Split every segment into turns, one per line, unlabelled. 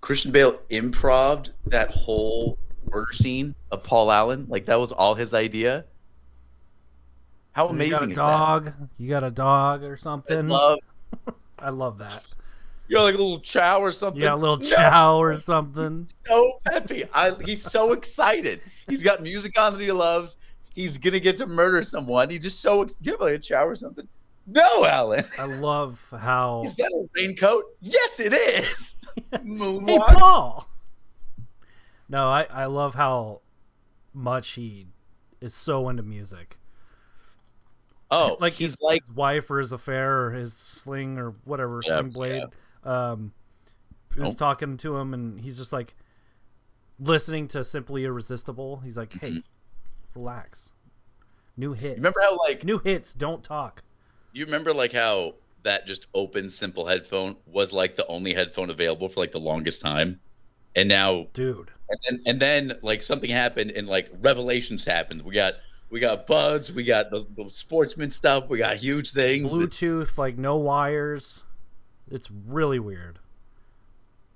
Christian Bale improved that whole murder scene of Paul Allen. Like that was all his idea. How
you got
amazing
a
is
dog. You got a dog or
that? I
something.
love
I love that.
you got like a little chow or something.
You got a little
No,
chow or something.
so peppy. I, he's so excited. He's got music on that he loves. He's gonna get to murder someone. He's just so ex- give like a chow or something. No, Alan.
I love how.
Is that a raincoat? Yes, it is.
Hey,
What?
Paul. No, I I love how much he is so into music.
Oh,
like
he's
his,
like
his wife or his affair or his sling or whatever
Yeah,
sling blade um is
Nope.
talking to him and he's just like listening to simply irresistible he's like hey relax new hits
Mm-hmm. remember how like
new hits don't talk
You remember like how that just open simple headphone was like the only headphone available for like the longest time, and now
dude
and then and then like something happened and like revelations happened. We got we got buds, we got the, the sportsman stuff, we got huge things. It's-
bluetooth like no wires it's really weird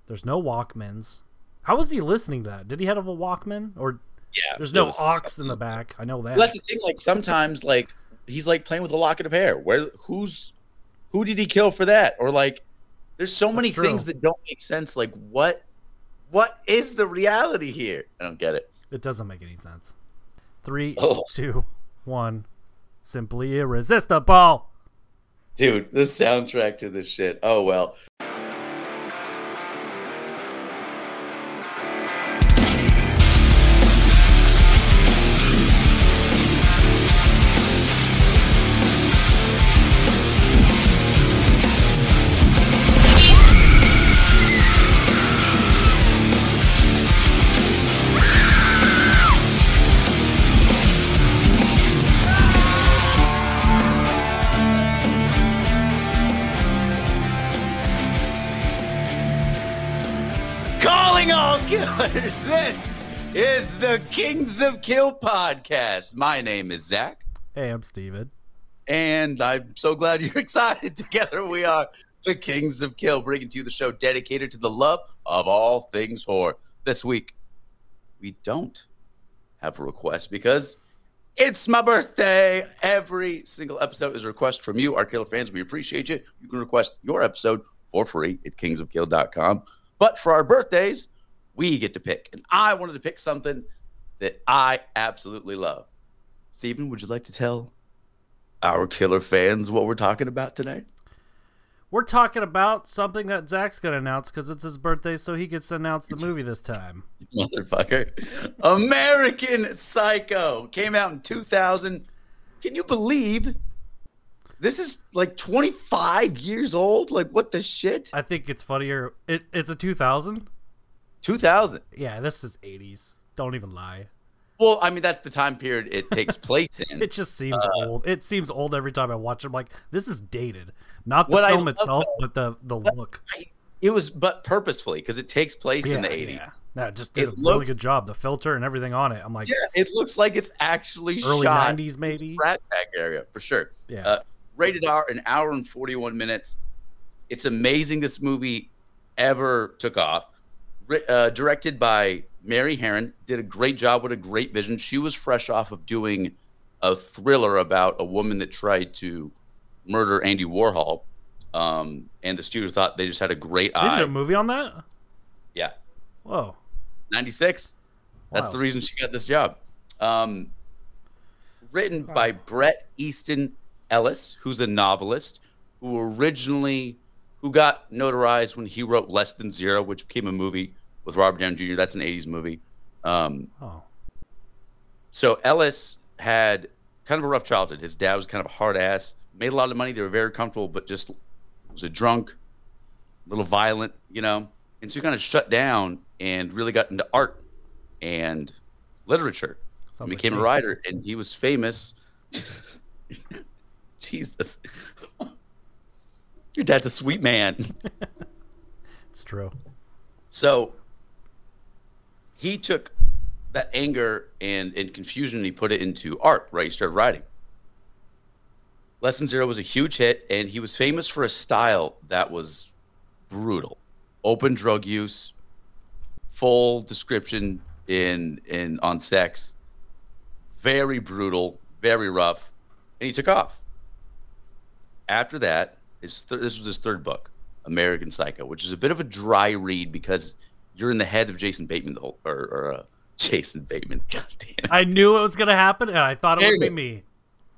there's no walkmans how was he listening to that did he have a walkman or
yeah,
there's
it
no
was-
aux in the back i know that
Well, that's the thing. Like sometimes like he's like playing with a locket of hair. Where who's who did he kill for that? Or like there's so many
true.
things that don't make sense. Like what what is the reality here? I don't get it.
It doesn't make any sense. Three, two, one.
Oh.
Simply irresistible.
Dude, the soundtrack to this shit. Oh well. Calling all killers. This is the Kings of Kill podcast. My name is Zach,
Hey, I'm Steven.
and I'm so glad you're excited. Together we are the Kings of Kill, bringing to you the show dedicated to the love of all things horror. This week, we don't have a request because it's my birthday. Every single episode is a request from you, our killer fans. We appreciate you. You can request your episode for free at kingsofkill.com. But for our birthdays, we get to pick. And I wanted to pick something that I absolutely love. Stephen, would you like to tell our killer fans what we're talking about today?
We're talking about something that Zach's going to announce because it's his birthday, so he gets to announce the movie this time.
Motherfucker. American Psycho came out in 2000. Can you believe this is like 25 years old? Like, what the shit?
I think it's funnier. It, it's a 2000?
2000.
Yeah, this is 80s. Don't even lie.
Well, I mean, that's the time period it takes place in.
It just seems
Uh,
old. It seems old every time I watch it. I'm like, this is dated. Not the
What I
film
love,
itself, but the, the look.
It was, but purposefully, because it takes place in the
Yeah,
80s.
yeah. No, it just did
It
a really
looks-
good job. The filter and everything on it. I'm like,
Yeah, it looks like it's actually
early
shot
90s maybe.
Rat Pack area for sure.
Yeah.
uh, rated R, an hour and 41 minutes. It's amazing this movie ever took off. Ri- Uh, directed by Mary Herron, did a great job with a great vision. She was fresh off of doing a thriller about a woman that tried to murder Andy Warhol, um, and the studio thought they just had a great
They did a
eye.
movie on that?
Yeah.
Whoa.
Ninety-six. That's
Wow.
the reason she got this job. Um, written
Wow.
by Brett Easton Ellis, who's a novelist who originally who got notarized when he wrote Less Than Zero, which became a movie with Robert Downey Jr. That's an '80s movie. Um,
Oh.
so Ellis had kind of a rough childhood. His dad was kind of a hard ass, made a lot of money. They were very comfortable, but just was a drunk, a little violent, you know. And so he kind of shut down and really got into art and literature.
Sounds
and
like
became a
me.
writer, and he was famous. Jesus, your dad's a sweet man.
It's true.
So he took that anger and, and confusion and he put it into art, right? He started writing. Lesson Zero was a huge hit, and he was famous for a style that was brutal open drug use, full description in in on sex. Very brutal, very rough, and he took off. After that, his th- this was his third book, American Psycho, which is a bit of a dry read because you're in the head of Jason Bateman the whole or, or uh, Jason Bateman. God damn it.
I knew it was gonna happen, and I thought it would be
Dang
me.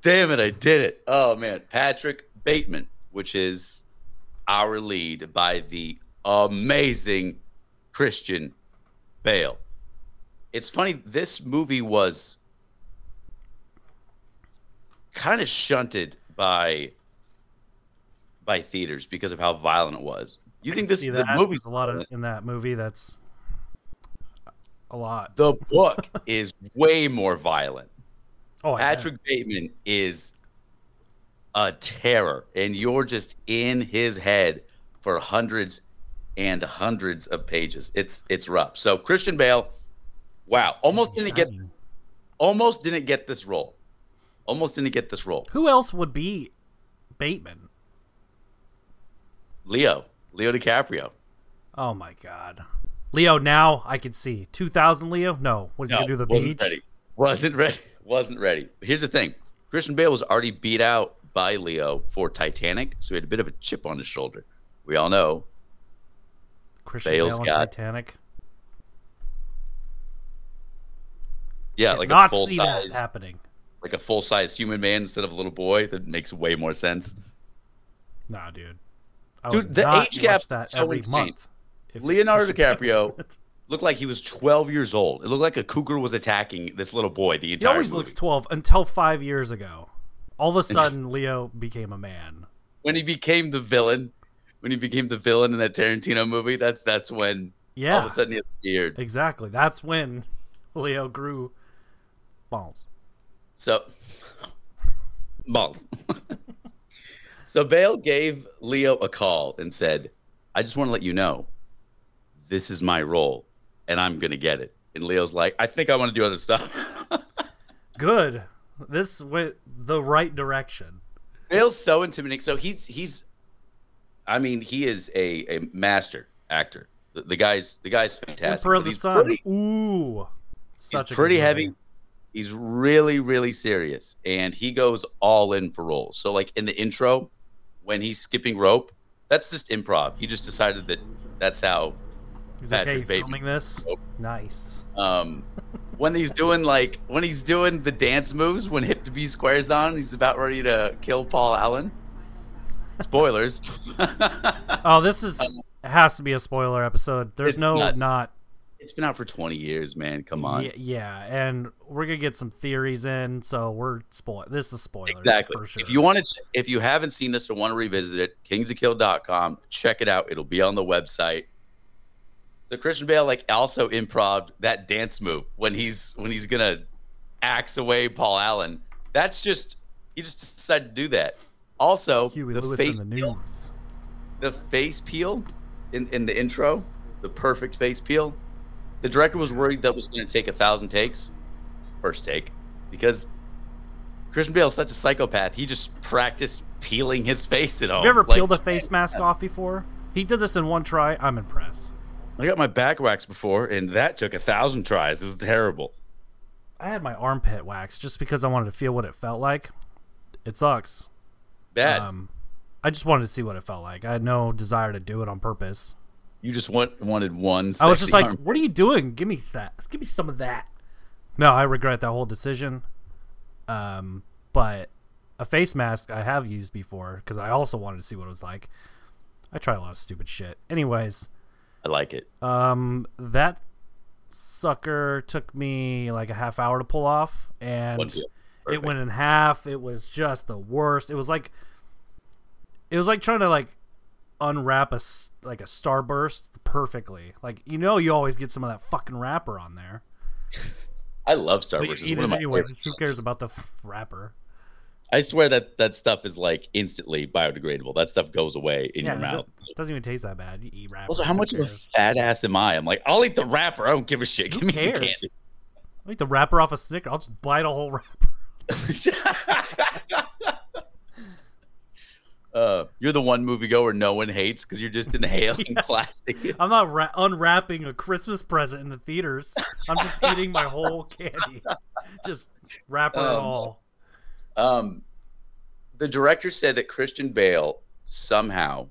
Damn it, I did it. Oh man, Patrick Bateman, which is our lead by the amazing Christian Bale. It's funny, this movie was kind of shunted by by theaters because of how violent it was. You think this
See
is
that?
the movie
There's a lot of, in that movie. That's a lot.
the book is way more violent.
Oh, I bet.
Patrick Bateman is a terror, and you're just in his head for hundreds and hundreds of pages. It's it's rough. So Christian Bale, wow, almost didn't get almost didn't get this role, almost didn't get this role.
Who else would be Bateman?
Leo, Leo DiCaprio.
Oh my god. Leo, now I can see. 2000 Leo? No. What is he going to do? The
wasn't
beach?
ready. Wasn't ready. Wasn't ready. But here's the thing: Christian Bale was already beat out by Leo for Titanic, so he had a bit of a chip on his shoulder. We all know
Christian
Bale's
Bale on
got-
Titanic.
Yeah,
Did
like
not
a full
see
size,
that happening.
like a full size human man instead of a little boy. That makes way more sense.
Nah, dude. I
Dude,
would
the
not
age gap
watch that
is so
every
insane.
month. if
Leonardo
Christian Bale
DiCaprio
was in it.
Looked like he was 12 years old. It looked like a cougar was attacking this little boy the
He
entire
always
movie.
looks 12 until five years ago. All of a sudden, Leo became a man.
when he became the villain, when he became the villain in that Tarantino movie, that's that's when all
Yeah,
of a sudden he has a beard.
exactly. That's when Leo grew balls.
So, Ball. so Bale gave Leo a call and said, I just want to let you know this is my role and I'm going to get it. And Leo's like, I think I want to do other stuff.
Good. This went the right direction.
Bale's so intimidating. So he's, he's, I mean, he is a, a master actor. The, the guy's, the guy's fantastic.
Emperor
but
of the
he's
Sun.
pretty-
Ooh, such a
he's
good
pretty
movie.
heavy. He's really, really serious, and he goes all in for roles. So, like in the intro, when he's skipping rope, that's just improv. He just decided that that's how.
He's like, hey,
Patrick
you
Bateman.
filming this?
Nope.
Nice.
Um, when he's doing like when he's doing the dance moves, when hip to be squares on, he's about ready to kill Paul Allen. Spoilers.
Oh, this is has to be a spoiler episode. There's
Um, It's
no
nuts.
not.
it's been out for 20 years, man. Come on.
Yeah, yeah, and we're gonna get some theories in, so we're spoil. This is spoilers
Exactly.
for sure.
If you want to, if you haven't seen this or want to revisit it, kingsofkill.com. Check it out. It'll be on the website. So Christian Bale like also improv that dance move when he's when he's gonna axe away Paul Allen. That's just he just decided to do that. Also,
Huey
the
Lewis
face
in the
peel,
news.
the face peel in in the intro, the perfect face peel. The director was worried that was gonna take a thousand takes, first take, because Christian Bale is such a psychopath. He just practiced peeling his face at all.
Have you ever
oh, Like,
peeled a face mask off before? He did this in one try. I'm impressed.
I got my back waxed before, and that took a thousand tries. It was terrible.
I had my armpit waxed just because I wanted to feel what it felt like. It sucks.
Bad.
Um, I just wanted to see what it felt like. I had no desire to do it on purpose.
you just want, wanted one.
I was just
sexy
like,
arm.
"What are you doing? Give me that. Give me some of that." No, I regret that whole decision. Um, but a face mask I have used before because I also wanted to see what it was like. I try a lot of stupid shit. Anyways,
I like it.
um, that sucker took me like a half hour to pull off, and
One peel.
it
Perfect.
went in half. It was just the worst. It was like, it was like trying to like unwrap a s- like a starburst perfectly. Like you know, you always get some of that fucking wrapper on there.
I love Star
But you
Wars. It's
eat
one of
it
my
anyway.
favorite
Who
films.
cares about the f- wrapper?
I swear that that stuff is like instantly biodegradable. That stuff goes away in
yeah,
your
it
mouth.
do- doesn't even taste that bad. You eat wrapper.
Also, how much of a fat ass am I? I'm like, I'll eat the wrapper. I don't give a shit. Give
Who
me
cares?
the
I eat the wrapper off a Snicker. I'll just bite a whole wrapper.
candy. Uh, you're the one moviegoer no one hates because you're just inhaling
Yeah.
plastic.
I'm not ra- unwrapping a Christmas present in the theaters. I'm just eating my whole candy, just wrapper it
Um,
all.
Um, the director said that Christian Bale somehow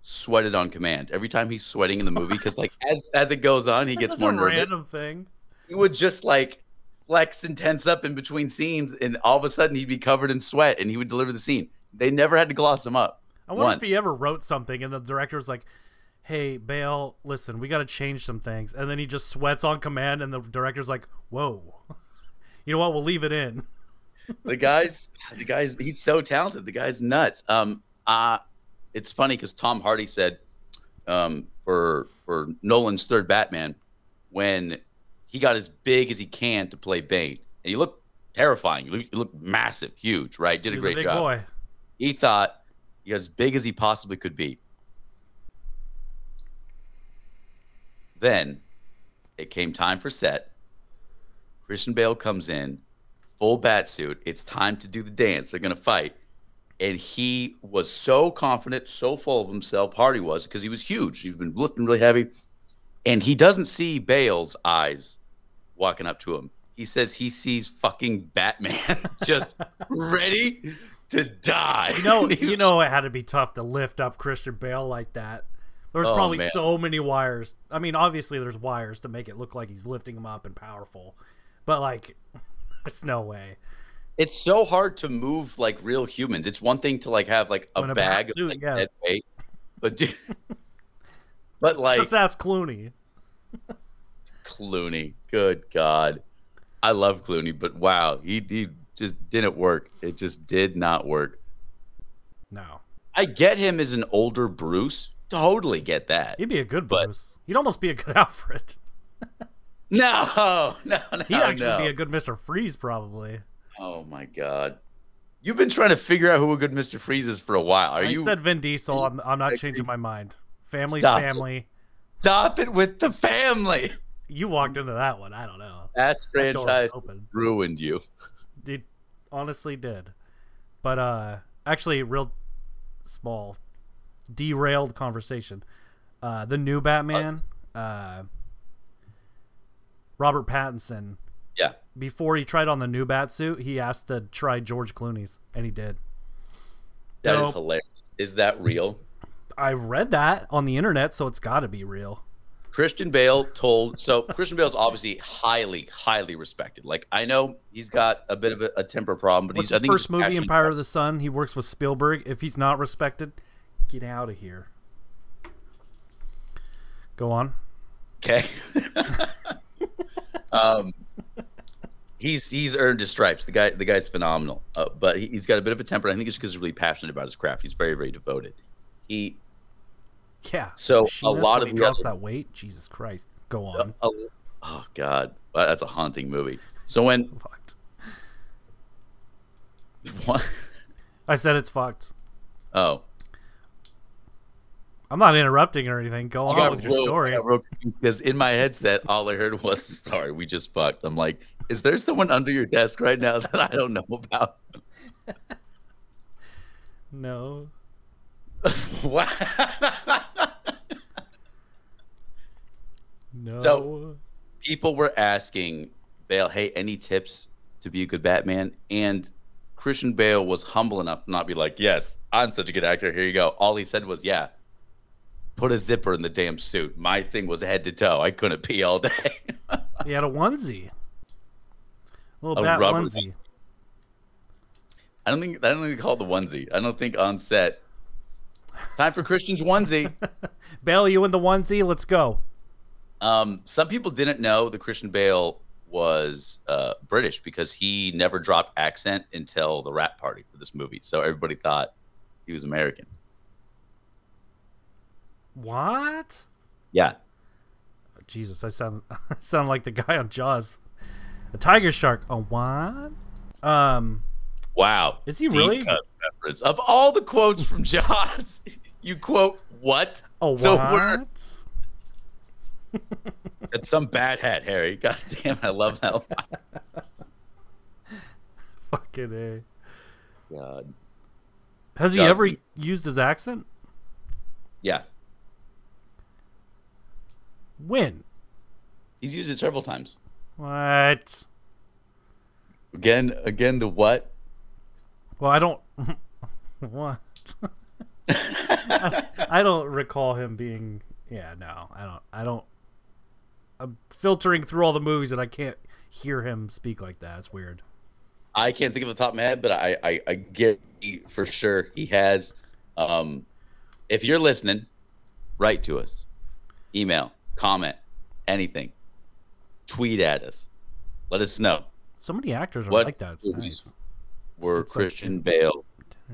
sweated on command every time he's sweating in the movie because, like, as as it goes on, he
That's
gets
such
more
a
nervous.
random thing.
He would just like flex and tense up in between scenes, and all of a sudden he'd be covered in sweat, and he would deliver the scene. They never had to gloss him up.
I wonder
Once.
if he ever wrote something and the director was like, "Hey, Bale, listen, we got to change some things," and then he just sweats on command, and the director's like, "Whoa, you know what? We'll leave it in."
the guy's the guy's he's so talented. The guy's nuts. Um, uh it's funny because Tom Hardy said, um, for for Nolan's third Batman, when he got as big as he can to play Bane, and he looked terrifying. He looked, he looked massive, huge, right? Did a
He's
great
big
job.
boy.
He thought he got as big as he possibly could be. Then it came time for set. Christian Bale comes in, full batsuit. It's time to do the dance. They're going to fight. And he was so confident, so full of himself. Hardy was because he was huge. He's been lifting really heavy. And he doesn't see Bale's eyes walking up to him. He says he sees fucking Batman just ready to die.
You know,
And he
you
was-
know, it had to be tough to lift up Christian Bale like that. There was
Oh,
probably
man.
so many wires. I mean, obviously there's wires to make it look like he's lifting him up and powerful, but like, there's no way.
it's so hard to move like real humans. It's one thing to like have like a
When a
bag of
dude,
like,
yeah.
dead weight, but dude, but like
Just ask Clooney.
Clooney, good God, I love Clooney, but wow, he he just didn't work. It just did not work.
No,
I get him as an older Bruce. Totally get that.
he'd be a good
But-
Bruce. He'd almost be a good Alfred.
No, no, no.
He'd actually
no.
be a good Mister Freeze, probably.
Oh my God, you've been trying to figure out who a good Mister Freeze is for a while. Are
I
you
said Vin Diesel.
you-
I'm, I'm not
I
changing
think-
my mind. Family's
Stop it.
family.
stop it with the family?
You walked into that one. I don't know.
Last
That door
franchise
open.
ruined you.
It honestly did. But uh actually real small derailed conversation. Uh the new Batman,
Us.
uh Robert Pattinson.
Yeah.
Before he tried on the new bat suit, he asked to try George Clooney's and he did.
That is
Nope.
hilarious. Is that real?
I read that on the internet, so it's gotta be real.
Christian Bale told so Christian Bale's obviously highly, highly respected. Like I know he's got a bit of a, a temper problem, but
What's
he's I
his
think
first
he's
movie,
actually-
Empire of the Sun? He works with Spielberg. If he's not respected, get out of here. Go on.
Okay. um, he's he's earned his stripes. The guy the guy's phenomenal, uh, but he, he's got a bit of a temper. I think it's because he's really passionate about his craft. He's very very devoted. He
Yeah.
So, a
Sheamus,
lot
when
of
he
the
drops
other-
that weight. Jesus Christ. Go
uh,
on.
uh, oh god, Wow, that's a haunting movie. So when
Fucked.
one
I said it's fucked.
oh
I'm not interrupting or anything. Go
I
on
got
with your
real-
story.
I got real confused Because in my headset, all I heard was, sorry, we just fucked. I'm like, is there someone under your desk right now that I don't know about?
No.
Wow.
No.
So- People were asking Bale, hey, any tips to be a good Batman? And Christian Bale was humble enough to not be like, yes, I'm such a good actor. Here you go. All he said was, yeah, put a zipper in the damn suit. My thing was head to toe. I couldn't pee all day.
he had a onesie. A little
A
bat
rubber
onesie.
I don't think I don't think they call it the onesie. I don't think on set. Time for Christian's onesie.
Bale, you in the onesie? Let's go.
Um, some people didn't know that Christian Bale was uh, British because he never dropped accent until the rap party for this movie. So everybody thought he was American.
What?
Yeah.
Jesus, I sound I sound like the guy on Jaws. A tiger shark. A what? Um,
Wow.
is he
Deep
really?
cut reference. Of all the quotes from Jaws, you quote what?
A
The
what?
word. That's some bad hat, Harry. God damn, I love that line.
Fucking a.
God.
Has he
Doesn't-
ever used his accent?
Yeah,
When?
he's used it several times.
What?
Again, again, the what?
Well, I don't. what? I don't recall him being. Yeah, no, I don't. I don't. I'm filtering through all the movies and I can't hear him speak like that. It's weird.
I can't think of the top of my head, but I, I, I get for sure he has. Um, if you're listening, write to us, email, comment, anything, tweet at us, let us know.
So many actors are
What
like that. It's
movies
nice.
Where
It's like-
Christian Bale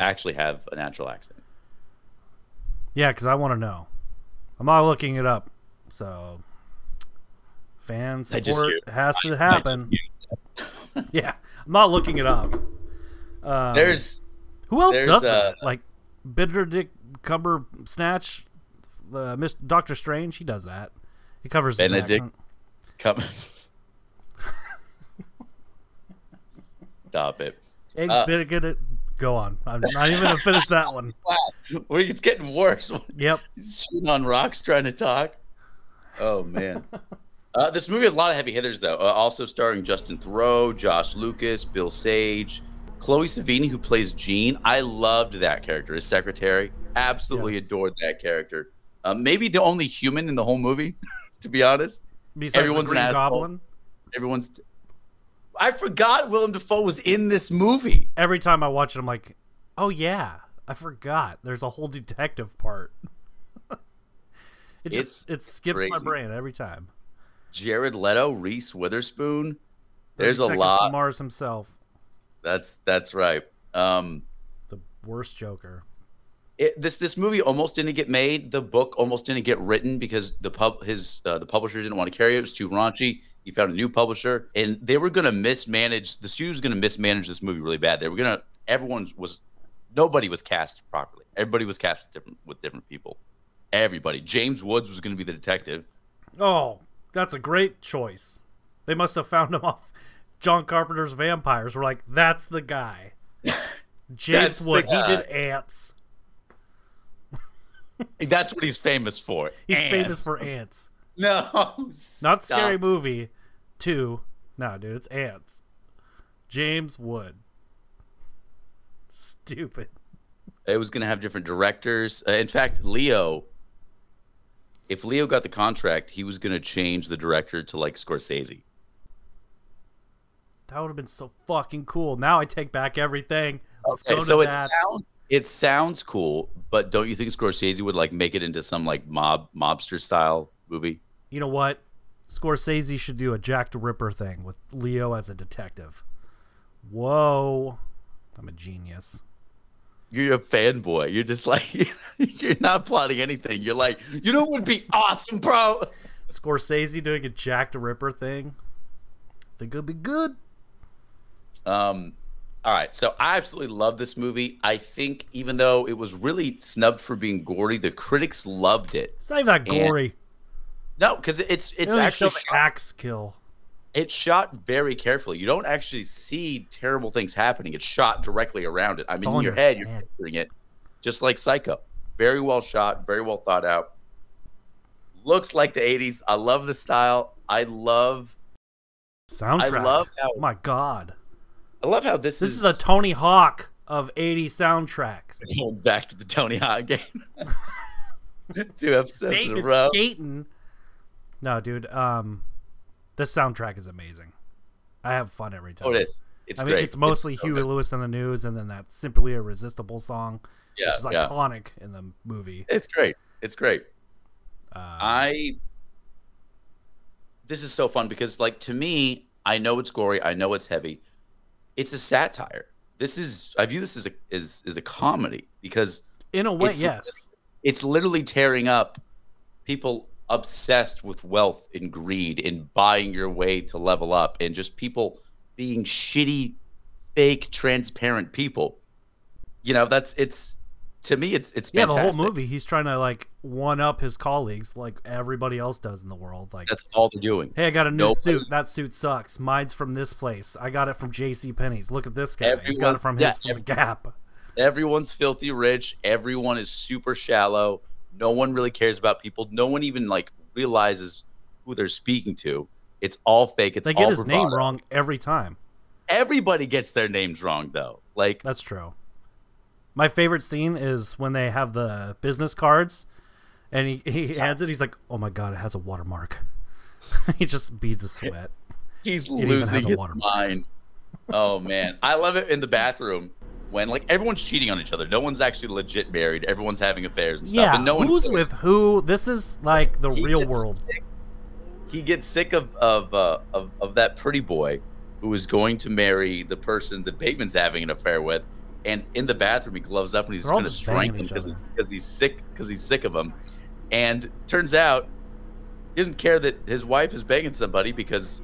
actually have a natural accent.
Yeah, because I want to know. I'm not looking it up. So, fan
I just
support
hear-
has to
I just
happen.
used that.
Yeah, I'm not looking it up. Um,
There's
Who else
There's,
does
uh,
that? Like Benedict Cumber Snatch, uh, Miss Doctor Strange. He does that. He covers his
Benedict.
accent.
come. Stop it.
Hey,
Uh,
Benedict- Go on. I'm not even gonna finish that one.
Well, it's getting worse.
Yep.
Sitting on rocks trying to talk. Oh man. uh, this movie has a lot of heavy hitters though. Uh, also starring Justin Thoreau, Josh Lucas, Bill Sage, Chloe Savini, who plays Jean. I loved that character. His secretary. Absolutely
Yes.
adored that character. Uh, maybe the only human in the whole movie, to be honest.
Besides
Everyone's
the
an
Green
asshole.
Goblin.
Everyone's. I forgot Willem Dafoe was in this movie.
Every time I watch it, I'm like, oh yeah, I forgot. There's a whole detective part. it just it skips my
crazy.
brain every time.
Jared Leto, Reese Witherspoon.
30
There's a
Seconds to
lot.
Mars himself,
That's that's right. Um,
the worst Joker.
it, this this movie almost didn't get made. The book almost didn't get written because the pub his uh, the publisher didn't want to carry it. It was too raunchy. He found a new publisher, and they were going to mismanage. The studio was going to mismanage this movie really bad. They were going to everyone was nobody was cast properly. Everybody was cast with different with different people. Everybody. James Woods was going to be the detective.
Oh, that's a great choice. They must have found him off John Carpenter's Vampires. We're like, that's the guy.
That's
James
the
Wood, he
guy.
did ants.
That's what he's famous for.
He's
Ants.
famous for ants.
no,
Not
stop.
Scary Movie 2. No, dude, it's ants. James Wood. Stupid.
it was going to have different directors. Uh, in fact, Leo, if Leo got the contract, he was going to change the director to like Scorsese.
That would have been so fucking cool. Now I take back everything. Let's
Okay,
go to
so it
Oh, that.
sounds it sounds cool, but don't you think Scorsese would like make it into some like mob mobster style movie?
you know what? Scorsese should do a Jack the Ripper thing with Leo as a detective. Whoa. I'm a genius.
You're a fanboy. You're just like you're not plotting anything. You're like, you know, what would be awesome, bro.
Scorsese doing a Jack the Ripper thing. Think it'll be good.
Um, all right, so I absolutely love this movie. I think even though it was really snubbed for being gory, the critics loved it.
It's not even that
And
gory.
No, because it's it's
They only
actually
show the
shot-
axe kill.
it's shot very carefully. You don't actually see terrible things happening. It's shot directly around it. I mean, in
all in
your
your
head, you're
head.
picturing it, just like Psycho. Very well shot, very well thought out. Looks like the '80s. I love the style. I love. I
Soundtrack.
love how.
oh my god.
I love how this,
This is a Tony Hawk of 80 soundtracks.
going back to the Tony Hawk game. Two episodes in a
David
row.
skating. No, dude. Um, this soundtrack is amazing. I have fun every time.
Oh, it is. It's
I mean,
great.
it's mostly
so
Huey
good.
Lewis in the News, and then that "Simply Irresistible" song,
Yeah,
which is
yeah.
iconic in the movie.
It's great. It's great.
Uh,
I this is so fun because like to me, I know it's gory, I know it's heavy. It's a satire. This is I view this as a is is a comedy because
in a way,
it's-
yes.
it's literally tearing up people obsessed with wealth and greed and buying your way to level up and just people being shitty fake transparent people. You know, that's it's to me it's it's
Yeah, the
fantastic.
whole movie, he's trying to like one up his colleagues, like everybody else does in the world. Like,
That's all they're doing.
hey, I got a new
Nobody-
suit. That suit sucks. Mine's from this place. I got it from J.C. Penney's. Look at this guy. he's
Everyone-
got it from
yeah,
his from the Gap.
Everyone's filthy rich. Everyone is super shallow. No one really cares about people. No one even like realizes who they're speaking to. It's all fake. It's
They get
all
his name
bravado.
wrong every time.
Everybody gets their names wrong though. Like
That's true. My favorite scene is when they have the business cards, and he he hands it. He's like, "Oh my god, it has a watermark." he just beads the sweat.
he's
even has
losing
a
his
watermark.
mind. Oh man, I love it in the bathroom when like everyone's cheating on each other. No one's actually legit married. Everyone's having affairs and stuff.
Yeah,
and no one
who's
cares.
with who? This is like the
He
real
gets
world.
sick- He gets sick of of, uh, of of that pretty boy who is going to marry the person that Bateman's having an affair with, and in the bathroom he gloves up and he's
They're all
going to
just banging
strangle him
each
because
other.
he's, 'cause he's sick because he's sick of him, and turns out he doesn't care that his wife is banging somebody because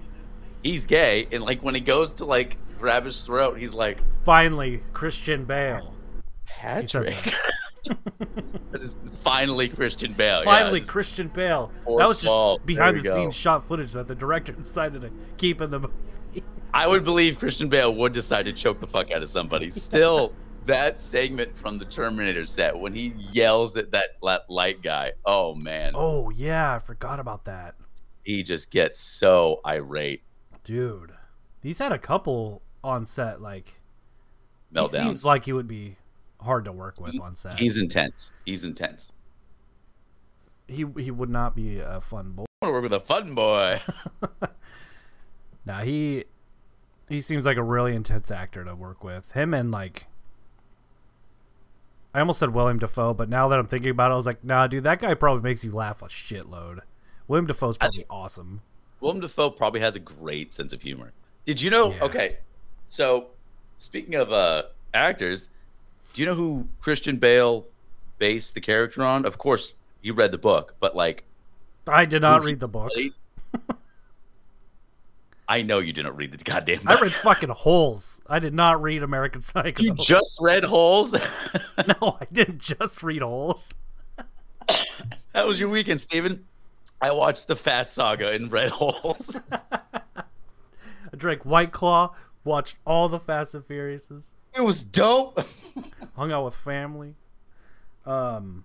he's gay, and like when he goes to like grab his throat, he's like
Finally, Christian Bale. He says
Patrick.
that.
That is finally Christian Bale. yeah,
Finally,
just-
Christian Bale.
Fourth
that was just
wall. There
behind
we
the
go.
scenes shot footage that the director decided to keep in the movie.
I would believe Christian Bale would decide to choke the fuck out of somebody. Still, that segment from the Terminator set when he yells at that la- light guy. Oh man,
Oh yeah, I forgot about that,
he just gets so irate.
dude. These had a couple on set like He
Meltdowns.
seems like he would be hard to work with on set.
He's intense. He's intense.
he he would not be a fun boy.
I want to work with a fun boy.
Now he he seems like a really intense actor to work with. Him and like I almost said William Defoe, but now that I'm thinking about it, I was like, nah, dude, that guy probably makes you laugh a shitload. William Defoe's
I
probably awesome.
Willem Dafoe probably has a great sense of humor. Did you know?
Yeah.
Okay, so speaking of uh, actors, do you know who Christian Bale based the character on? Of course, you read the book, but like
I did not
who
read the
he
book.
played. I know you didn't read the goddamn book.
I read fucking holes. I did not read American Psycho.
you just read Holes?
no, I didn't just read holes.
that was your weekend, Steven. I watched the Fast Saga and read Holes.
I drank White Claw, watched all the Fast and Furiouses.
it was dope.
hung out with family. Um,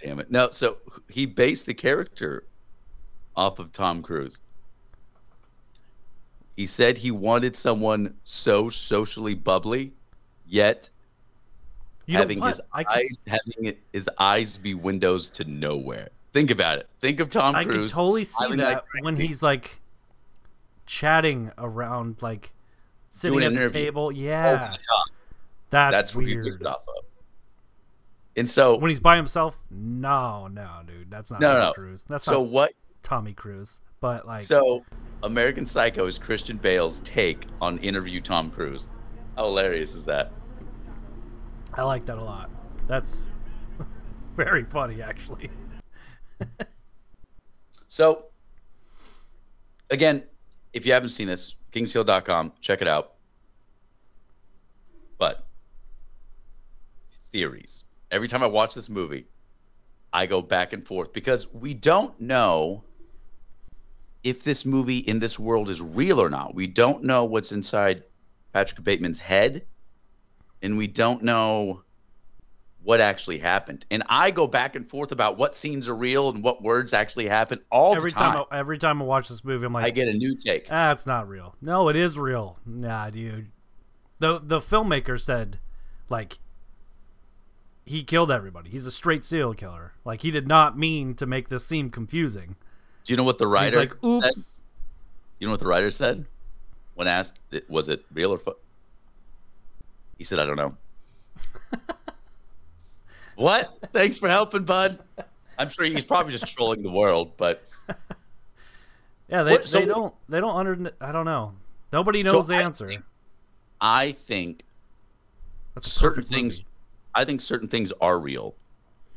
Damn it. No, so he based the character off of Tom Cruise. He said he wanted someone so socially bubbly, yet
you
having
know what?
his
I can,
eyes having it- his eyes be windows to nowhere. Think about it. Think of Tom
I can
Cruise.
totally see
smiling
that
like
when
crazy.
he's like chatting around, like sitting
Doing
at
an
the
interview.
table.
over the
Yeah,
top.
that's,
That's where you
weird.
picked it off of. And so,
When he's by himself, no, no, dude, that's not
No,
Tom
no.
Cruise. That's
so
not
what?
Tommy Cruise. But like,
So, American Psycho is Christian Bale's take on interview Tom Cruise. How hilarious is that?
I like that a lot. That's very funny, actually.
So, again, if you haven't seen this, kingshill.com, check it out. But, theories. Every time I watch this movie, I go back and forth because we don't know if this movie in this world is real or not. We don't know what's inside Patrick Bateman's head, and we don't know what actually happened. And I go back and forth about what scenes are real and what words actually happen all
every
the time.
I, every time I watch this movie, I'm like,
I get a new take.
Ah, it's not real. No, it is real. Nah, dude. The the filmmaker said, like, he killed everybody. He's a straight serial killer. Like, he did not mean to make this seem confusing.
Do you know what the
He's
writer
like, oops.
said? You know what the writer said when asked, it- "Was it real or fu-? He said, "I don't know." what? Thanks for helping, bud. I'm sure he's probably just trolling the world, but
Yeah, they,
What- so-
they don't they don't under I don't know. Nobody
So
knows the
I
answer.
think I think
That's a
certain
perfect
things,
movie.
I think certain things are real,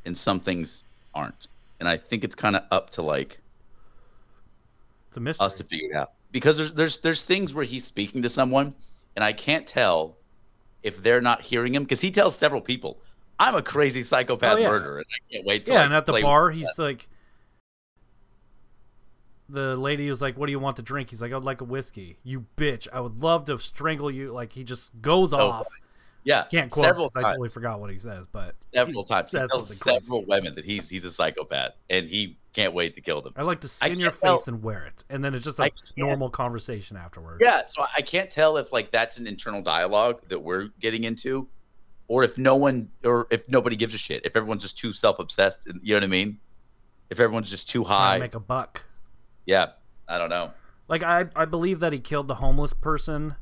and some things aren't. And I think it's kind of up to like
It's a mystery.
us to figure it out because there's there's there's things where he's speaking to someone and I can't tell if they're not hearing him because he tells several people I'm a crazy psychopath
Oh, yeah.
murderer and I can't wait to
yeah,
like,
and at the
play with
bar, he's like, the lady was like, "What do you want to drink?" He's like, "I'd like a whiskey." You bitch! I would love to strangle you. Like he just goes
Oh,
off
Yeah,
Can't quote
Several
several I totally
times.
forgot what he says, but
several times. He
That's
tells
something crazy.
several women that he's he's a psychopath and he can't wait to kill them.
I like to
I
skin your
can't tell-
face and wear it, and then it's just
I
a
can't-
normal conversation afterward.
Yeah, so I can't tell if like that's an internal dialogue that we're getting into, or if no one or if nobody gives a shit. If everyone's just too self obsessed, you know what I mean? If everyone's just too
trying
high,
to make a buck.
yeah, I don't know.
Like I, I believe that he killed the homeless person.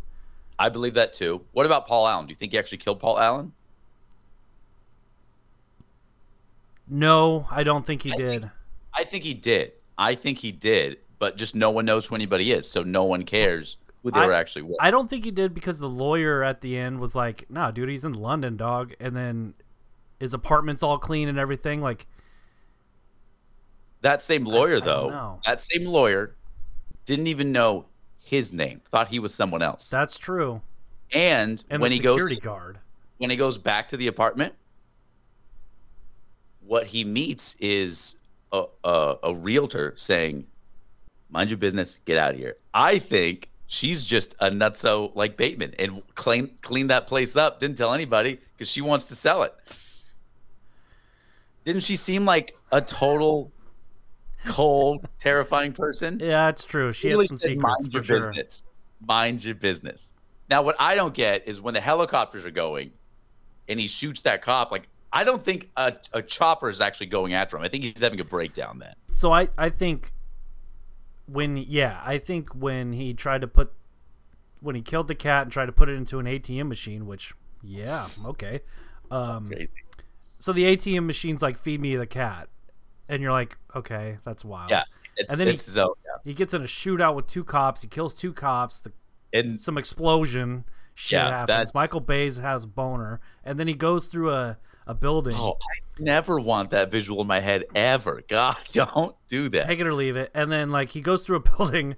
I believe that too. What about Paul Allen? Do you think he actually killed Paul Allen?
No, I don't think he
I
did.
I think he did. I think he did, but just no one knows who anybody is, so no one cares who they
I-
were actually with.
I don't think he did because the lawyer at the end was like, "No, dude, he's in London, dog." And then his apartment's all clean and everything. Like,
That same lawyer,
I don't
though,
know.
that same lawyer didn't even know his name. Thought he was someone else.
that's true.
and
And
when
the
he
security
goes to-
guard.
when he goes back to the apartment, what he meets is a, a, a realtor saying, "Mind your business, get out of here." I think she's just a nutso like Bateman and clean cleaned that place up. Didn't tell anybody because she wants to sell it. Didn't she seem like a total cold, terrifying person?
Yeah, it's true. She
Really
had some
said,
secrets
mind
for
your
sure.
business. Mind your business. Now, what I don't get is when the helicopters are going, and he shoots that cop. Like, I don't think a, a chopper is actually going after him. I think he's having a breakdown. Then
So I, I think when yeah, I think when he tried to put when he killed the cat and tried to put it into an ATM machine, which yeah, okay. Um,
crazy.
so the ATM machine's like feed me the cat, and you're like, okay, that's wild.
Yeah. It's,
And then he-
it's his own. yeah.
He gets in a shootout with two cops. He kills two cops. The,
And
some explosion shit
Yeah,
happens.
that's-
Michael Bay's has a boner, and then he goes through a a building.
oh, I never want that visual in my head ever. God, don't do that.
Take it or leave it. And then like he goes through a building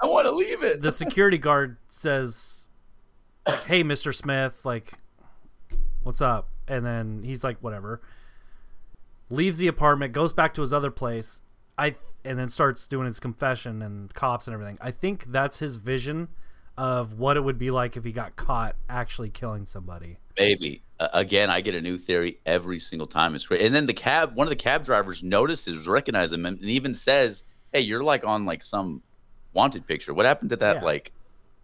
I want to leave it.
the security guard says, like, "Hey, Mr. Smith, like, what's up?" And then he's like, "Whatever." Leaves the apartment, goes back to his other place. I th- and then starts doing his confession and cops and everything. I think that's his vision of what it would be like if he got caught actually killing somebody.
Maybe. Uh, again, I get a new theory every single time. It's great. And then the cab, one of the cab drivers notices, recognizes him, and and even says, "Hey, you're like on like some wanted picture. What happened to that?
Yeah.
Like,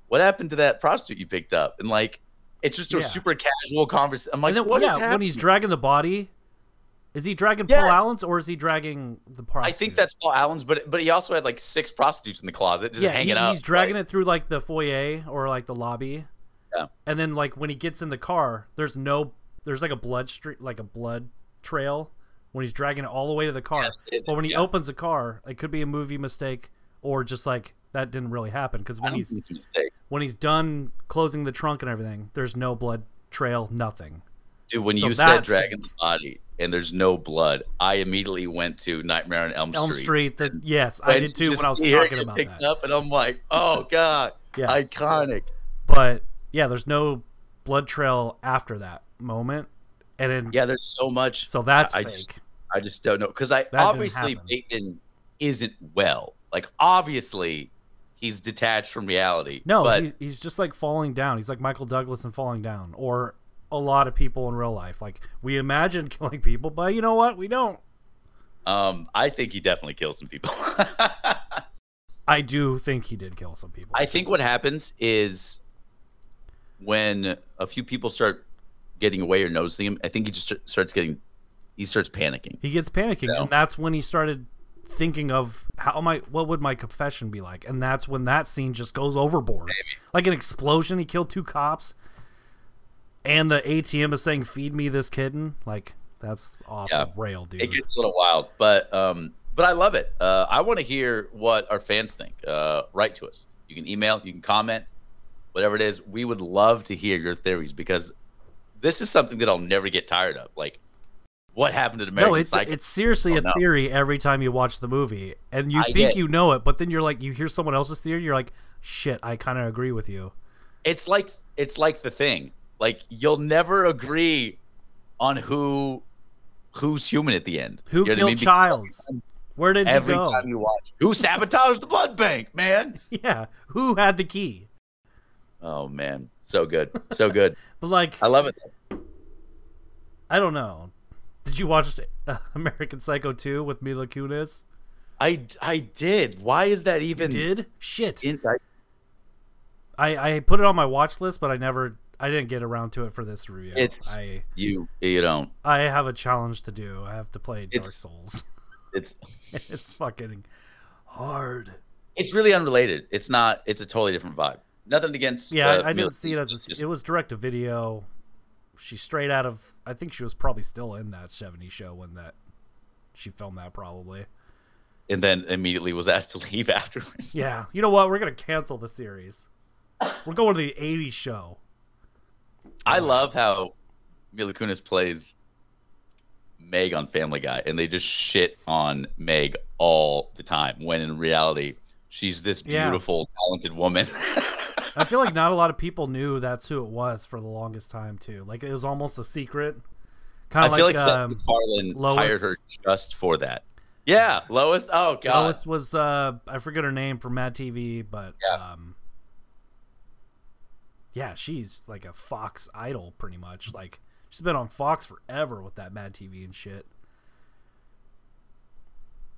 what happened to that prostitute you picked up?" And like, it's just a
Yeah.
super casual conversation. I'm like,
and then
what is
yeah, when
happening?
he's dragging the body, is he dragging
Yes.
Paul Allen's or is he dragging the
I
prostitute?
think that's Paul Allen's, but but he also had like six prostitutes in the closet just
yeah,
hanging
he-
out.
he's dragging it through like the foyer or like the lobby.
Yeah.
And then like when he gets in the car, there's no there's like a blood streak like a blood trail when he's dragging it all the way to the car. but when he opens the car, it could be a movie mistake or just like that didn't really happen because
I
when
don't
he's
think it's a mistake.
when he's done closing the trunk and everything, there's no blood trail, nothing.
Dude, when
So
you said
that's-
dragging the body and there's no blood, I immediately went to Nightmare on Elm Street.
Elm Street, that yes, I
When
did
you
too when I
just
was
see her
talking
get
about
picked
that.
up, and I'm like, oh god,
Yes.
iconic.
But yeah, there's no blood trail after that moment. And then
Yeah, there's so much.
so that's
I- I
fake.
just- I just don't know because I
didn't
obviously
happen.
Bateman isn't well. Like obviously, he's detached from reality.
No,
but
he's, he's just like falling down. He's like Michael Douglas and falling down, or a lot of people in real life. Like we imagine killing people, but you know what? We don't.
um, I think he definitely kills some people.
I do think he did kill some people.
I think what happens is when a few people start getting away or noticing him, I think he just st- starts getting, he starts panicking.
he gets panicking,
No.
and that's when he started thinking of how my what would my confession be like, and that's when that scene just goes overboard, like an explosion. He killed two cops, and the ATM is saying, "Feed me this kitten." Like that's off
Yeah.
the rail, dude.
It gets a little wild, but um, but I love it. Uh, I want to hear what our fans think. Uh, write to us. You can email. You can comment. Whatever it is, we would love to hear your theories because this is something that I'll never get tired of. Like, what happened to the American
no, it's
Psycho?
it's seriously
Oh,
a
no.
theory every time you watch the movie, and you
I
think
get-
you know it, but then you're like, you hear someone else's theory, you're like, shit, I kind of agree with you.
it's like it's like the thing. Like, you'll never agree on who who's human at the end.
Who
You know what I
killed
mean? Because
Childs?
every time-
Where did
Every
you go?
time you watch, who sabotaged the blood bank, man?
Yeah, who had the key?
Oh man, so good, so good.
But like,
I love it.
I don't know. Did you watch uh, American Psycho 2 with Mila Kunis?
I I did. Why is that even?
Did shit.
in- I,
I I put it on my watch list, but I never I didn't get around to it for this review.
It's-
I
you you don't.
I have a challenge to do. I have to play Dark
It's-
Souls.
It's
it's fucking hard.
it's really unrelated. It's not. It's a totally different vibe. Nothing against.
Yeah,
uh,
I, I
Mila
didn't see it as
Kunis,
a,
just-
it was direct to video. She straight out of I think she was probably still in that 70s show when that she filmed that probably.
and then immediately was asked to leave afterwards.
Yeah, you know what? We're gonna cancel the series. We're going to the '80s show.
I love how Mila Kunis plays Meg on Family Guy, and they just shit on Meg all the time. When in reality, she's this
Yeah.
beautiful, talented woman.
I feel like not a lot of people knew that's who it was for the longest time too. Like it was almost a secret. Kind
I
of like,
feel like Seth
um,
MacFarlane
Lois-
hired her just for that. Yeah, Lois. Oh God,
Lois was uh I forget her name from Mad TV, but
Yeah.
um Yeah, she's like a Fox idol pretty much. Like she's been on Fox forever with that Mad TV and shit.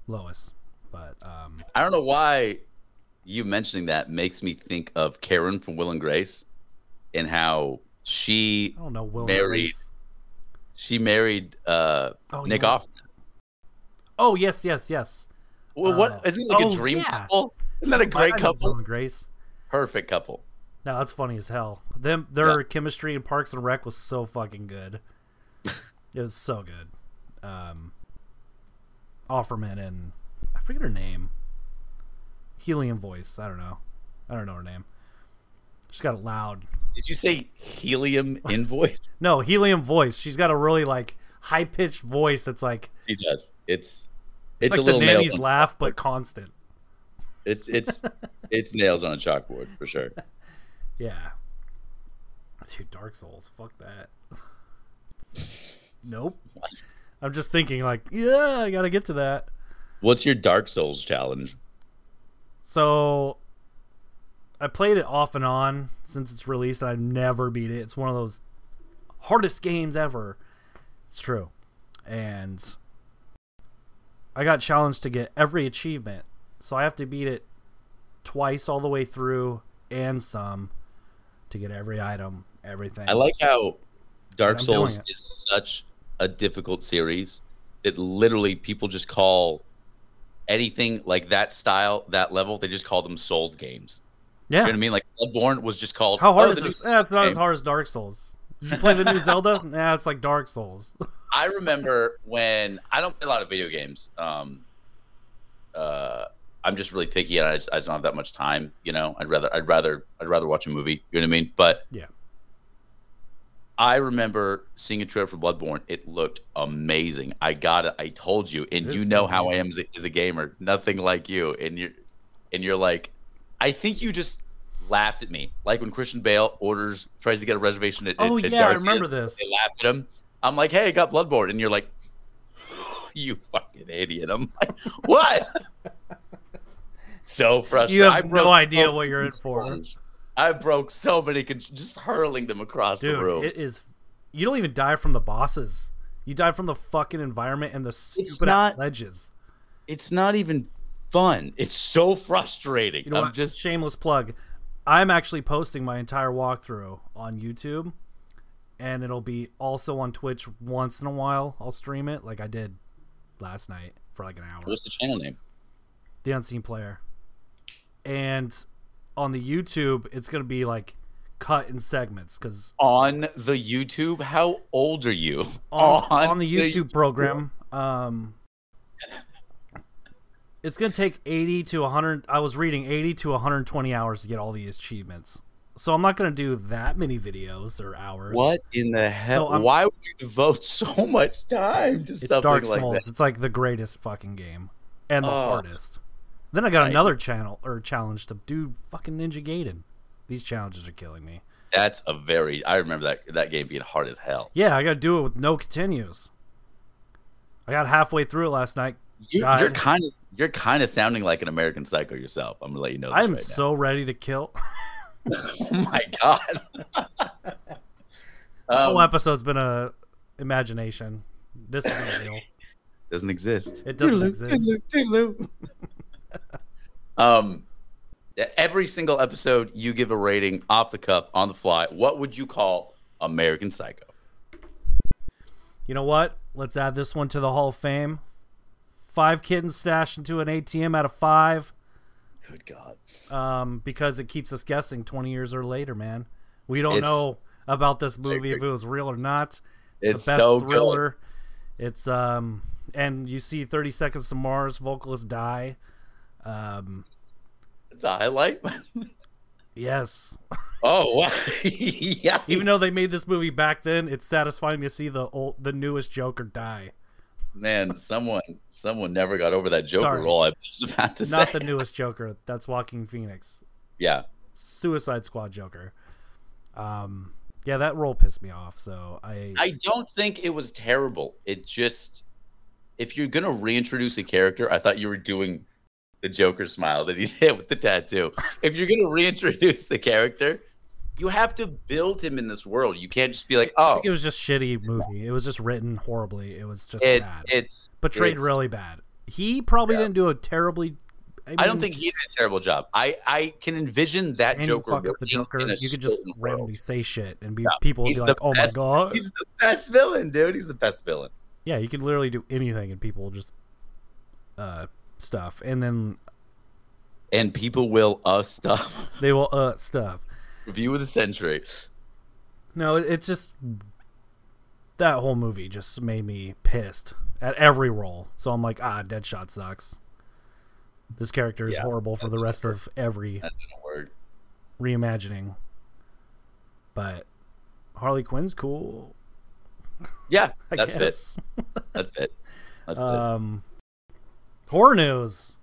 Lois. But um
I don't know why you mentioning that makes me think of Karen from Will and Grace, and how she
I don't know Will and
Married.
Grace.
she married uh,
Oh,
Nick
yeah.
Offerman.
Oh yes, yes, yes.
Well,
Uh,
what isn't it like
oh,
a dream
yeah.
couple? Isn't that a
I
great
love Will
couple?
and Grace.
Perfect couple.
No, that's funny as hell. Them their chemistry in Parks and Rec was so fucking good. it was so good. Um Offerman and I forget her name. Helium voice. I don't know. I don't know her name. She's got a loud
Did you say helium invoice?
no helium voice. She's got a really like high pitched voice that's like
she does. It's
it's,
it's,
like
a little
the
nails.
nanny's
on-
laugh but constant.
It's it's it's nails on a chalkboard for sure.
Yeah. Dude, Dark Souls, fuck that. nope. I'm just thinking like, yeah, I gotta get to that.
What's your Dark Souls challenge?
So I played it off and on since its release, and I've never beat it. It's one of those hardest games ever. It's true. And I got challenged to get every achievement. So I have to beat it twice all the way through and some to get every item, everything.
I like how Dark
I'm doing
Souls
it.
is such a difficult series that literally people just call anything like that style, that level, they just call them Souls games.
Yeah.
You know what I mean? Like Bloodborne was just called
How hard
"Oh,
is
the new
this? Eh, it's not as
game."
hard as Dark Souls. Did you play the new Zelda? Nah, it's like Dark Souls.
I remember when I don't play a lot of video games. Um, uh, I'm just really picky, and I just, I just don't have that much time. You know, I'd rather I'd rather I'd rather watch a movie. You know what I mean? But
Yeah.
I remember seeing a trailer for Bloodborne. It looked amazing. I got it. I told you, and
It
you
is
know how I am as a, as a gamer. Nothing like you, and you're and you're like, I think you just laughed at me, like when Christian Bale orders tries to get a reservation at,
Oh,
at, at
yeah, I
Darcy's
remember this.
they laughed at him. I'm like, hey, I got Bloodborne. And you're like, "Oh, you fucking idiot. I'm like, what? so frustrated.
You have
I
no
broke
idea
so
what you're
many
in for.
controllers. I broke so many, con- just hurling them across the room.
Dude, it is. You don't even die from the bosses. You die from the fucking environment and the stupid
not-
ledges.
it's not even fun. It's so frustrating.
You know
I'm
what?
just,
shameless plug. I'm actually posting my entire walkthrough on YouTube, and it'll be also on Twitch once in a while. I'll stream it like I did last night for like an hour.
what's the channel name?
the unseen player and on the youtube it's going to be like cut in segments because
On the YouTube? How old are you?
on,
Oh,
on the youtube program um it's going to take 80 to 100 i was reading 80 to 120 hours to get all these achievements so i'm not going to do that many videos or hours
What in the hell?
So I'm-
Why would you devote so much time to
it's
something
dark
like
souls
that?
it's like the greatest fucking game and the
Oh.
hardest then i got
Right.
another channel or challenge to do fucking ninja gaiden these challenges are killing me
That's a very. I remember that that game being hard as hell.
Yeah, I gotta do it with no continues. I got halfway through it last night.
You,
God.
you're kind of you're kind of sounding like an American Psycho yourself. I'm gonna let you know. This
I'm
right now.
so ready to kill.
oh my god.
The whole
um,
episode's been a imagination. This isn't real.
doesn't exist.
It doesn't
Toodaloo,
exist.
toodaloo, toodaloo. um, every single episode, you give a rating off the cuff, on the fly. What would you call American Psycho?
You know what? Let's add this one to the Hall of Fame. Five kittens stashed into an ATM out of five,
Good God.
um, because it keeps us guessing twenty years or later, man. We don't
It's-
know about this movie if it was real or not.
It's
the best
so good.
thriller. It's um and you see Thirty Seconds to Mars vocalist die. Um
It's a highlight.
yes.
oh wow! yeah.
Even though they made this movie back then, it's satisfying to see the old the newest Joker die.
man, someone someone never got over that Joker
Sorry.
role. I was about to
Not
say.
the newest Joker, that's Walking Phoenix.
yeah.
Suicide Squad Joker. Um yeah, that role pissed me off, so I,
I don't think it was terrible. It just, if you're gonna reintroduce a character, I thought you were doing the Joker smile that he did with the tattoo. If you're gonna reintroduce the character, you have to build him in this world. You can't just be like,
I
oh,
think it was just shitty movie. It was just written horribly. It was just
it,
bad.
it's.
Portrayed
it's-
really bad. He probably
Yeah.
didn't do a terribly
I
mean,
don't think he did a terrible job. I I can envision that
and
Joker.
you fuck up the
working
Joker,
in a
you could just
certain world.
randomly say shit and be people would
He's
be
the
like, "Oh
best-
my god!"
He's the best villain, dude. He's the best villain.
Yeah, you could literally do anything and people will just uh stuff, and then
And people will uh stuff.
they will uh stuff.
Review of the century.
No, it- it's just that whole movie just made me pissed at every role. So I'm like, ah, Deadshot sucks. This character is
Yeah,
horrible for the rest of every
That didn't work.
reimagining. But Harley Quinn's cool.
Yeah,
I
that
guess.
fit. That fit. That fit.
Um, horror news.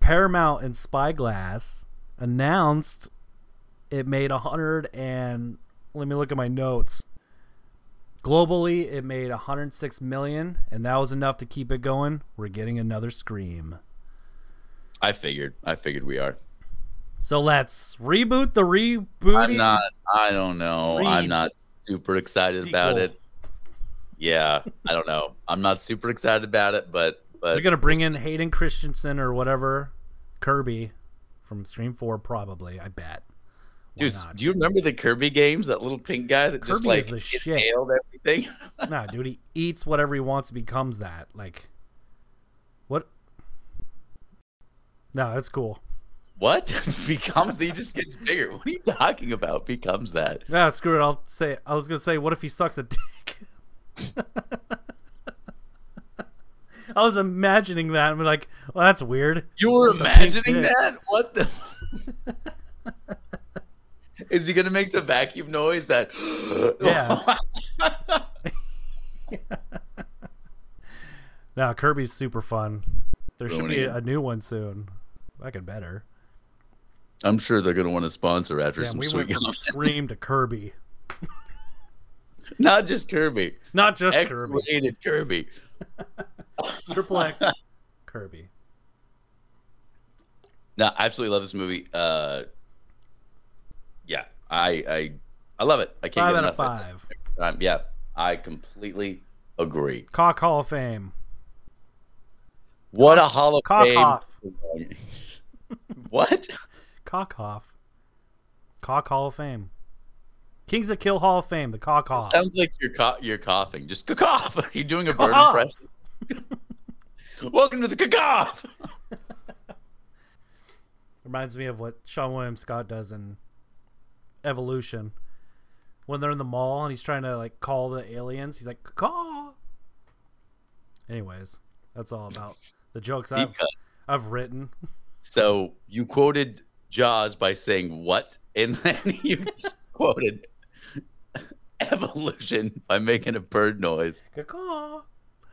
Paramount and Spyglass announced it made a hundred and let me look at my notes. Globally, it made 106 million, and that was enough to keep it going. We're getting another Scream,
I figured. I figured we are.
so let's reboot the reboot.
I'm not. I don't know. I'm not super excited about
Sequel.
it. Yeah, I don't know. I'm not super excited about it, but but
They're gonna bring in Hayden Christensen or whatever, Kirby from Scream Four, probably. I bet. Why
Dude,
not?
do you remember the Kirby games? That little pink guy that just
Kirby
like
is the shit.
nailed everything.
nah, dude, he eats whatever he wants, becomes that. Like, what? No, that's cool.
What becomes? He just gets bigger. What are you talking about? Becomes that?
Nah, screw it. I'll say. I was gonna say, what if he sucks a dick? I was imagining that and be like, well, that's weird.
You were
a pink
imagining
dick.
that? What the? Is he gonna make the vacuum noise that?
Yeah. Nah, Kirby's super fun. There should be
Ruining it.
a new one soon. I could better.
I'm sure they're gonna want to sponsor after
Damn,
some
we
sweet
went from
content.
Scream to Kirby,
Not just Kirby,
not just Kirby.
X-rated Kirby.
Triple X, Kirby.
No, I absolutely love this movie. Uh, yeah, I, I, I love it. I can't
Five
get
out
enough.
of five.
it. Um, yeah, I completely agree.
Cock Hall of Fame.
What a Hall of
Cock
Fame.
off.
what?
Cockhoff. Cock Hall of Fame. Kings of Kill Hall of Fame, the Cockhoff.
Sounds like you're co- you're coughing. Just cough. Are you doing a bird
Cough.
impression? Welcome to the cough.
Reminds me of what Sean William Scott does in Evolution. When they're in the mall and he's trying to like call the aliens, he's like caw. Anyways, that's all about the jokes
Deep
I've,
cut.
I've written.
So you quoted Jaws by saying what, and then you just quoted evolution by making a bird noise.
Caw.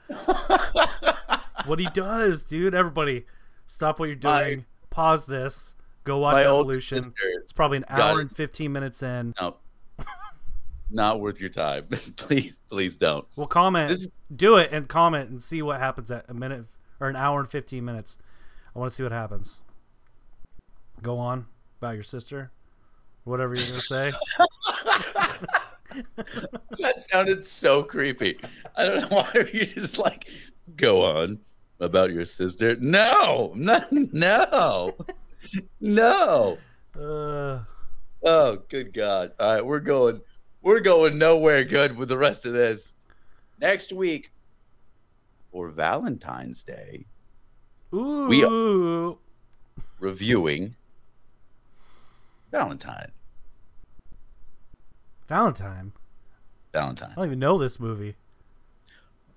It's what he does, dude. Everybody, stop what you're
My-
doing. Pause this. Go watch
My old
Evolution.
sister-
It's probably an
Got
hour
it.
and 15 minutes in.
No, not worth your time. please, please don't.
We'll comment.
This is-
Do it and comment and see what happens at a minute or an hour and 15 minutes. I want to see what happens. Go on. about your sister, whatever you're gonna say.
that sounded so creepy. I don't know why you just like go on about your sister. No, no, no, no.
uh,
Oh, good God! All right, we're going, we're going nowhere good with the rest of this. Next week, for Valentine's Day,
ooh,
We- reviewing Valentine.
Valentine.
Valentine.
I don't even know this movie.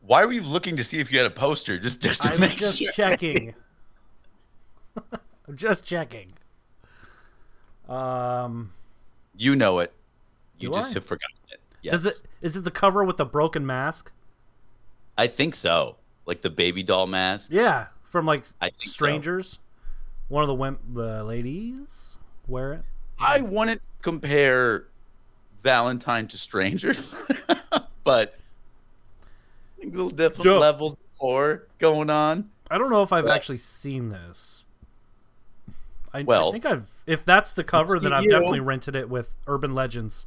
Why were you looking to see if you had a poster just just to
I'm
make
just
sure?
checking. I'm just checking. Um,
You know it. You
Do
just
I?
have forgotten it. Yes.
does it is it the cover with the broken mask?
I think so. Like the baby doll mask.
Yeah, from like
I think so.
strangers. One of the wimp, the ladies wear it.
I wouldn't compare Valentine to strangers, but I think little different
Joe.
levels of horror going on.
I don't know if I've
Well-
actually seen this. I, I
Well-
think I've. If that's the cover, then I've
You-
definitely rented it with Urban Legends.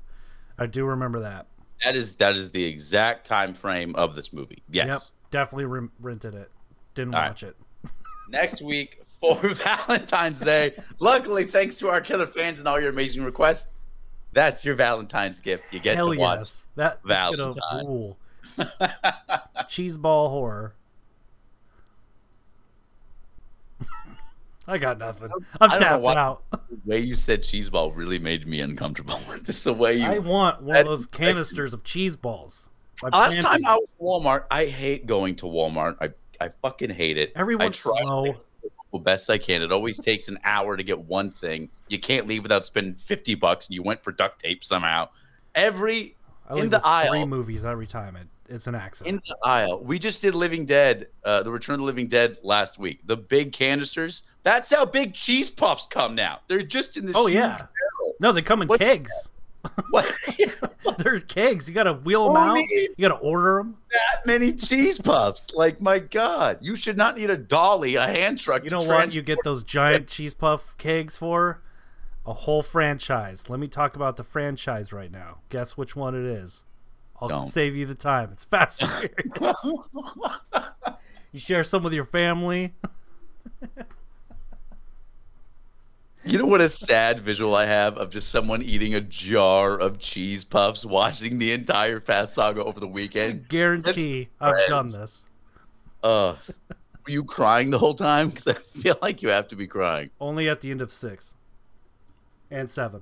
I do remember that.
That is that is the exact time frame of this movie. Yes.
definitely re- rented it. Didn't
All right.
watch it.
next week for Valentine's Day. Luckily, thanks to our killer fans and all your amazing requests, that's your Valentine's gift. You get
Hell
to watch.
yes, that that's gonna
Valentine.
rule. Cheeseball horror. I got nothing. I'm
I don't know
tapped
why-
out.
The way you said cheeseball really made me uncomfortable. Just the way you.
I want one
that-
of those canisters of cheese balls. I
Last
plan
time
to-
I was at Walmart, I hate going to Walmart. I I fucking hate it. I
everyone's
try
slow.
the best I can. It always takes an hour to get one thing. You can't leave without spending fifty bucks, and you went for duct tape somehow. Every
I
in
leave
the
with three
aisle.
movies every time. It, it's an accident.
in the aisle. We just did Living Dead, uh, the Return of the Living Dead last week. The big canisters. That's how big cheese puffs come now. They're just in this.
oh
huge
yeah. No, they come in
What-
kegs.
What?
They're kegs. You gotta wheel them
Who
out.
needs
You gotta order them.
that many cheese puffs? Like my God, you should not need a dolly, a hand truck.
You
to
know what?
trans-
You get those giant cheese puff kegs for a whole franchise. Let me talk about the franchise right now. Guess which one it is. I'll
Don't.
save you the time. It's fast. and Furious. you share some with your family.
You know what a sad visual I have of just someone eating a jar of cheese puffs, watching the entire Fast Saga over the weekend.
Guarantee I've done
friends.
this.
Uh, were you crying the whole time? Because I feel like you have to be crying.
Only at the end of six and seven.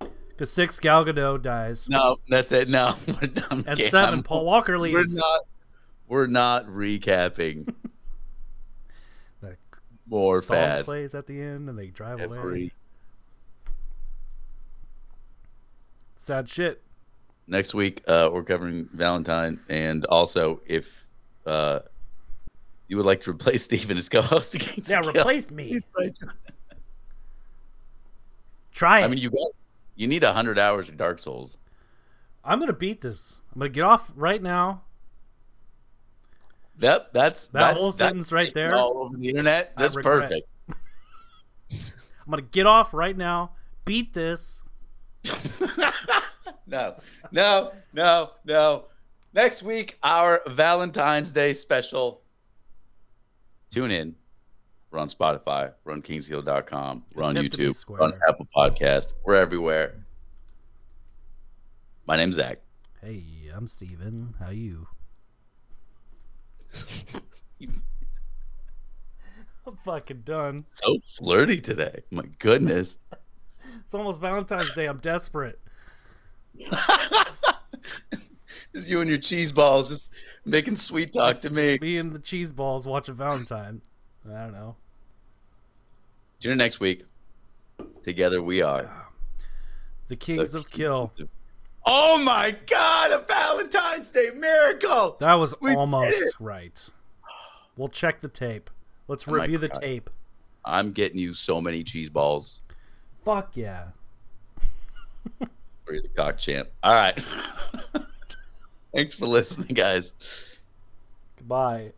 Because six, Gal Gadot dies.
No, that's it. No, we're done.
and
Cam.
seven, Paul Walker
We're
leaves.
not. We're not recapping
The
more
song
fast.
plays at the end, and they drive away.
Every
Sad shit.
next week, uh, we're covering Valentine, and also if uh, you would like to replace Steven as co-host against
Yeah,
the Kill,
replace me.
please write to-
Try it.
I mean, you got, you need hundred hours of Dark Souls.
I'm gonna beat this. I'm gonna get off right now.
Yep, that's
That
that's,
whole
that's
sentence right there.
all over the internet.
I
That's
regret.
perfect.
I'm gonna get off right now. Beat this.
no, no, no, no. Next week, our Valentine's Day special. Tune in. We're on Spotify. We're on kingshill.com. We're on
Except to be
YouTube.
square.
We're on Apple Podcast. We're everywhere. My name's Zach.
Hey, I'm Steven. How you? I'm fucking done.
So flirty today. My goodness.
It's almost Valentine's Day. I'm desperate.
Just you and your cheese balls just making sweet talk to me.
Me and the cheese balls watching Valentine. I don't know.
Tune in next week. Together we are.
The Kings
The
of Kill.
Kings of- Oh my God, a Valentine's Day miracle!
That was
We did
almost
it.
right. We'll check the tape. Let's
Oh my
review the
God.
tape.
I'm getting you so many cheese balls
Fuck yeah.
for you, the cock champ. All right. Thanks for listening, guys.
Goodbye.